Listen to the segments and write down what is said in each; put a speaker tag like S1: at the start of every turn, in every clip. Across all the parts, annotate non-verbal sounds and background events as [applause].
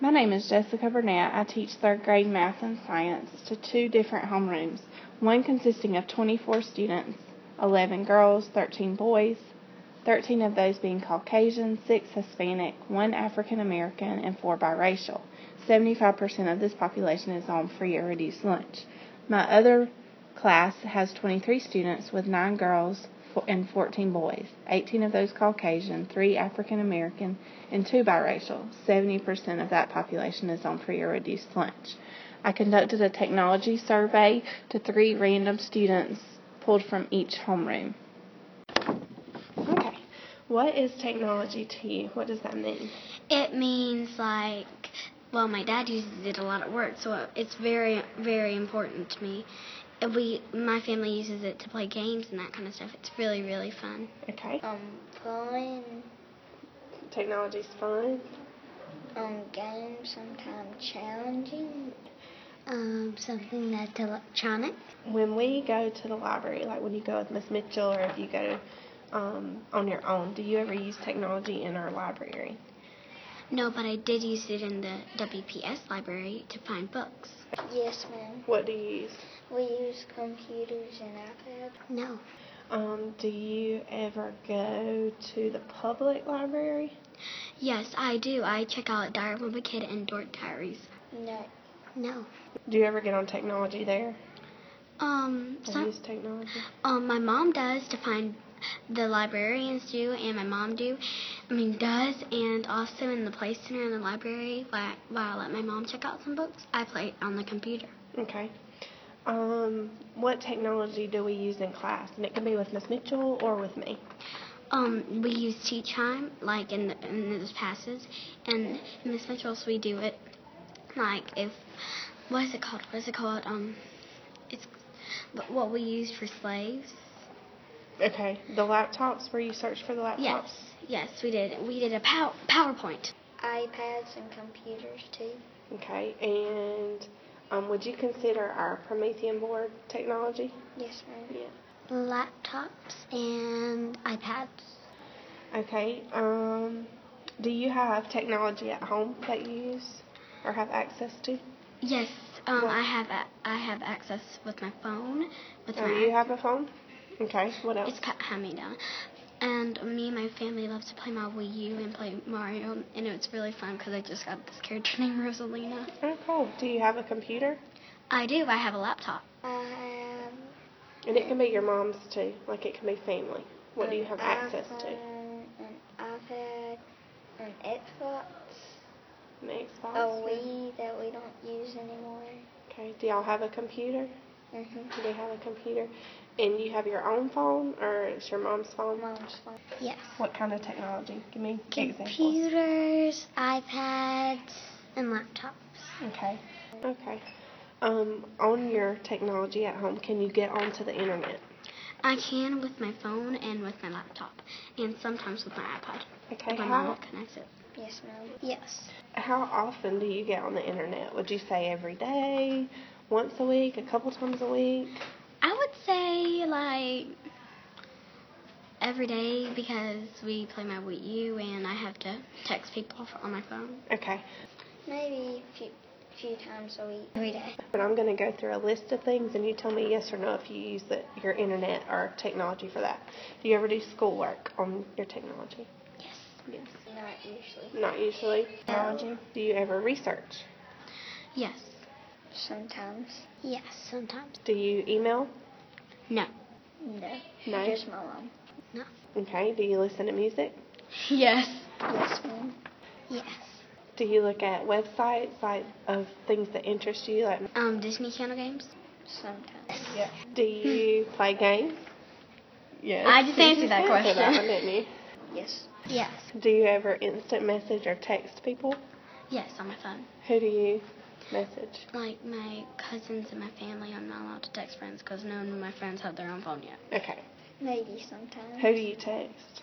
S1: My name is Jessica Burnett. I teach third grade math and science to two different homerooms, one consisting of 24 students, 11 girls, 13 boys, 13 of those being Caucasian, 6 Hispanic, 1 African American, and 4 biracial. 75% of this population is on free or reduced lunch. My other class has 23 students with 9 girls fo- and 14 boys, 18 of those Caucasian, 3 African American, and 2 biracial. 70% of that population is on free or reduced lunch. I conducted a technology survey to 3 random students pulled from each homeroom. Okay. What is technology to you? What does that mean?
S2: It means like, well, my dad uses it a lot at work, so it's very, very important to me. And we, my family uses it to play games and that kind of stuff. It's really, really fun.
S1: Okay.
S3: Um, pulling
S1: Technology's fun.
S3: um games sometimes challenging.
S2: Um, something that's electronic.
S1: When we go to the library, like when you go with Miss Mitchell or if you go um, on your own, do you ever use technology in our library?
S2: No, but I did use it in the WPS library to find books.
S3: Yes, ma'am.
S1: What do you use?
S3: We use computers and iPads.
S2: No.
S1: Um, do you ever go to the public library?
S2: Yes, I do. I check out Diary of a Kid and Dork Diaries.
S3: No,
S2: No.
S1: Do you ever get on technology there?
S2: Um,
S1: Or
S2: some,
S1: use technology?
S2: um, my mom does to find the librarians do, and my mom do. I mean, does, and also in the play center in the library, while, while I let my mom check out some books, I play on the computer.
S1: Okay. Um, what technology do we use in class? And it can be with Miss Mitchell or with me.
S2: Um, we use tea time, like in the, in those passes, and Miss Mitchell's we do it, like if what is it called? What is it called? Um, it's what we use for slaves.
S1: Okay. The laptops where you search for the laptops?
S2: Yes, yes, we did. We did a pow- PowerPoint.
S3: iPads and computers too.
S1: Okay. And um, would you consider our Promethean board technology?
S3: Yes, ma'am.
S1: Yeah.
S2: Laptops and iPads.
S1: Okay. Um, do you have technology at home that you use or have access to?
S2: Yes, um,
S1: What?
S2: I have a- I have access with my phone, with
S1: Oh,
S2: my
S1: you have a phone? Okay. What else?
S2: It's cut hand me down. And me and my family love to play my Wii U and play Mario, and it's really fun because I just got this character [laughs] named Rosalina.
S1: Oh, cool. Do you have a computer?
S2: I do. I have a laptop.
S3: I have.
S1: And it can be your mom's too. Like it can be family. What do you
S3: an
S1: have access to?
S3: iPhone, An iPad, an Xbox,
S1: An Xbox?
S3: a Wii that we don't use anymore.
S1: Okay. Do y'all have a computer?
S3: Mhm.
S1: Do you have a computer? And you have your own phone or it's your mom's phone?
S3: Mom's phone.
S2: Yes.
S1: What kind of technology? Give me examples.
S2: Computers, iPads, and laptops.
S1: Okay. Okay. Um, on your technology at home, can you get onto the internet?
S2: I can with my phone and with my laptop, and sometimes with my iPad.
S1: Okay.
S2: My mom
S1: How,
S2: won't connect it.
S3: Yes, ma'am.
S2: Yes.
S1: how often do you get on the internet? Would you say every day, once a week, a couple times a week?
S2: I would say like every day because we play my Wii U and I have to text people on my phone.
S1: Okay.
S3: Maybe a few, few times a week.
S2: Every day.
S1: But I'm going to go through a list of things and you tell me yes or no if you use the, your internet or technology for that. Do you ever do schoolwork on your technology?
S2: Yes. Yes.
S3: Not usually.
S1: Not usually. Technology. Do you ever research?
S2: Yes.
S3: Sometimes.
S2: Yes. Sometimes.
S1: Do you email?
S2: No.
S3: No.
S1: No.
S3: Just my mom.
S2: No.
S1: Okay. Do you listen to music?
S2: Yes.
S3: Yes, ma'am.
S2: Yes.
S1: Do you look at websites like of things that interest you? Like,
S2: Um, Disney Channel games.
S3: Sometimes.
S1: yeah. Do you play games? Yes.
S2: I just
S1: You
S2: answered that
S1: answered that
S2: question.
S1: one, didn't
S3: Yes.
S2: Yes.
S1: you? Do you ever instant message or text people?
S2: Yes, on my phone.
S1: Who do you message?
S2: Like my cousins and my family, I'm not allowed to text friends because none of my friends have their own phone yet.
S1: Okay.
S3: Maybe sometimes.
S1: Who do you text?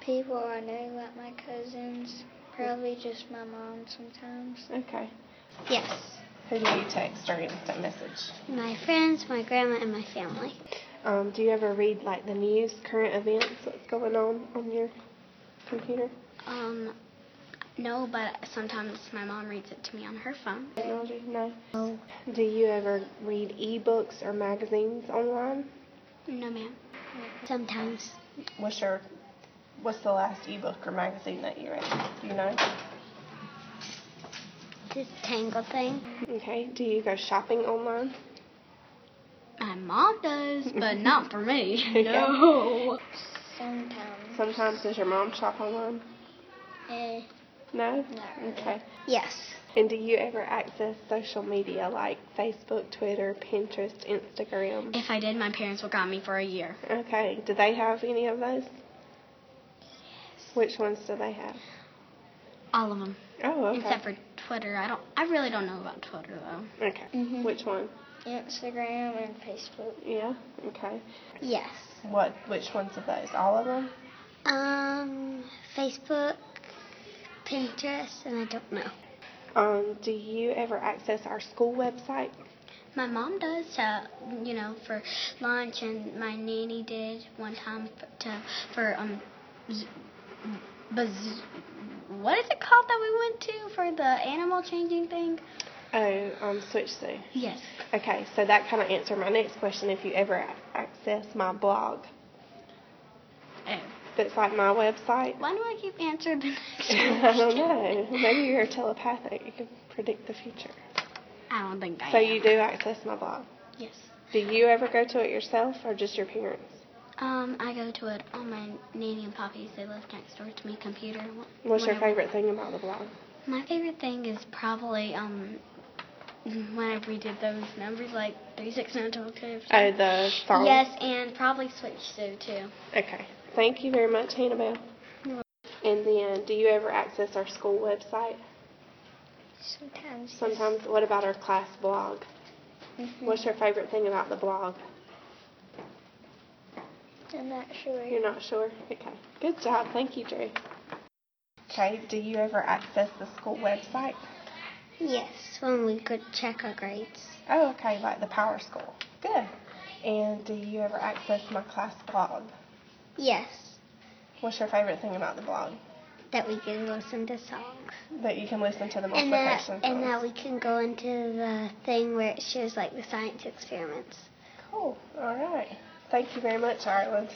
S3: People I know, like my cousins, probably just my mom sometimes.
S1: Okay.
S2: Yes.
S1: Who do you text or instant message?
S2: My friends, my grandma, and my family.
S1: Um, do you ever read like the news, current events, what's going on on your computer?
S2: Um, No, but sometimes my mom reads it to me on her phone.
S1: Technology? No.
S2: No.
S1: Do you ever read ebooks or magazines online?
S2: No, ma'am. Sometimes.
S1: What's your What's the last ebook or magazine that you read? Do you know?
S2: This tangle thing.
S1: Okay. Do you go shopping online?
S2: My mom does, but [laughs] not for me. [laughs] No.
S1: [laughs]
S3: Sometimes.
S1: Sometimes does your mom shop online?
S3: Eh,
S1: No.
S3: not really.
S1: Okay.
S2: Yes.
S1: And do you ever access social media like Facebook, Twitter, Pinterest, Instagram?
S2: If I did, my parents would got me for a year.
S1: Okay. Do they have any of those? Which ones do they have?
S2: All of them,
S1: Oh, okay.
S2: except for Twitter. I don't. I really don't know about Twitter though.
S1: okay. Which one?
S3: Instagram and Facebook.
S1: Yeah. Okay.
S2: Yes.
S1: What? Which ones of those? All of them?
S2: Um, Facebook, Pinterest, and I don't know.
S1: Um, do you ever access our school website?
S2: My mom does to, you know, for lunch, and my nanny did one time for, to for um, z- baz- what is it called that we went to for the animal changing thing?
S1: Oh, um, switch to.
S2: Yes.
S1: Okay, so that kind of answered my next question. If you ever a- access my blog,
S2: Oh.
S1: that's like my website. [laughs]
S2: Why do I keep answering [laughs] the next
S1: I don't know. Maybe you're telepathic. You can predict the future.
S2: I don't think I
S1: So
S2: am.
S1: you do access my blog.
S2: Yes.
S1: Do you ever go to it yourself or just your parents?
S2: Um, I go to it on my nanny and poppies. They live next door to me. Computer. wh-
S1: What's your
S2: whenever-
S1: favorite thing about the blog?
S2: My favorite thing is probably um [laughs] whenever we did those numbers like three six nine twelve ten.
S1: Oh, the song.
S2: Yes, and probably switch to too.
S1: Okay. Thank you very much, Annabelle.
S2: You're
S1: And then, do you ever access our school website?
S3: Sometimes. Mm-hmm.
S1: Sometimes. What about our class blog? What's your favorite thing about the blog?
S3: I'm not sure.
S1: You're not sure? Okay. Good job. Thank you, Drew. Okay. Do you ever access the school website?
S2: Yes, when we could check our grades.
S1: Oh, okay. Like the Power School. Good. And do you ever access my class blog?
S2: Yes,
S1: What's your favorite thing about the blog?
S2: that we can listen to songs.
S1: That you can listen to the
S2: And that
S1: multiplication
S2: and that
S1: songs.
S2: we can go into the thing where it shows like the science experiments.
S1: Cool. All right. Thank you very much, Ireland.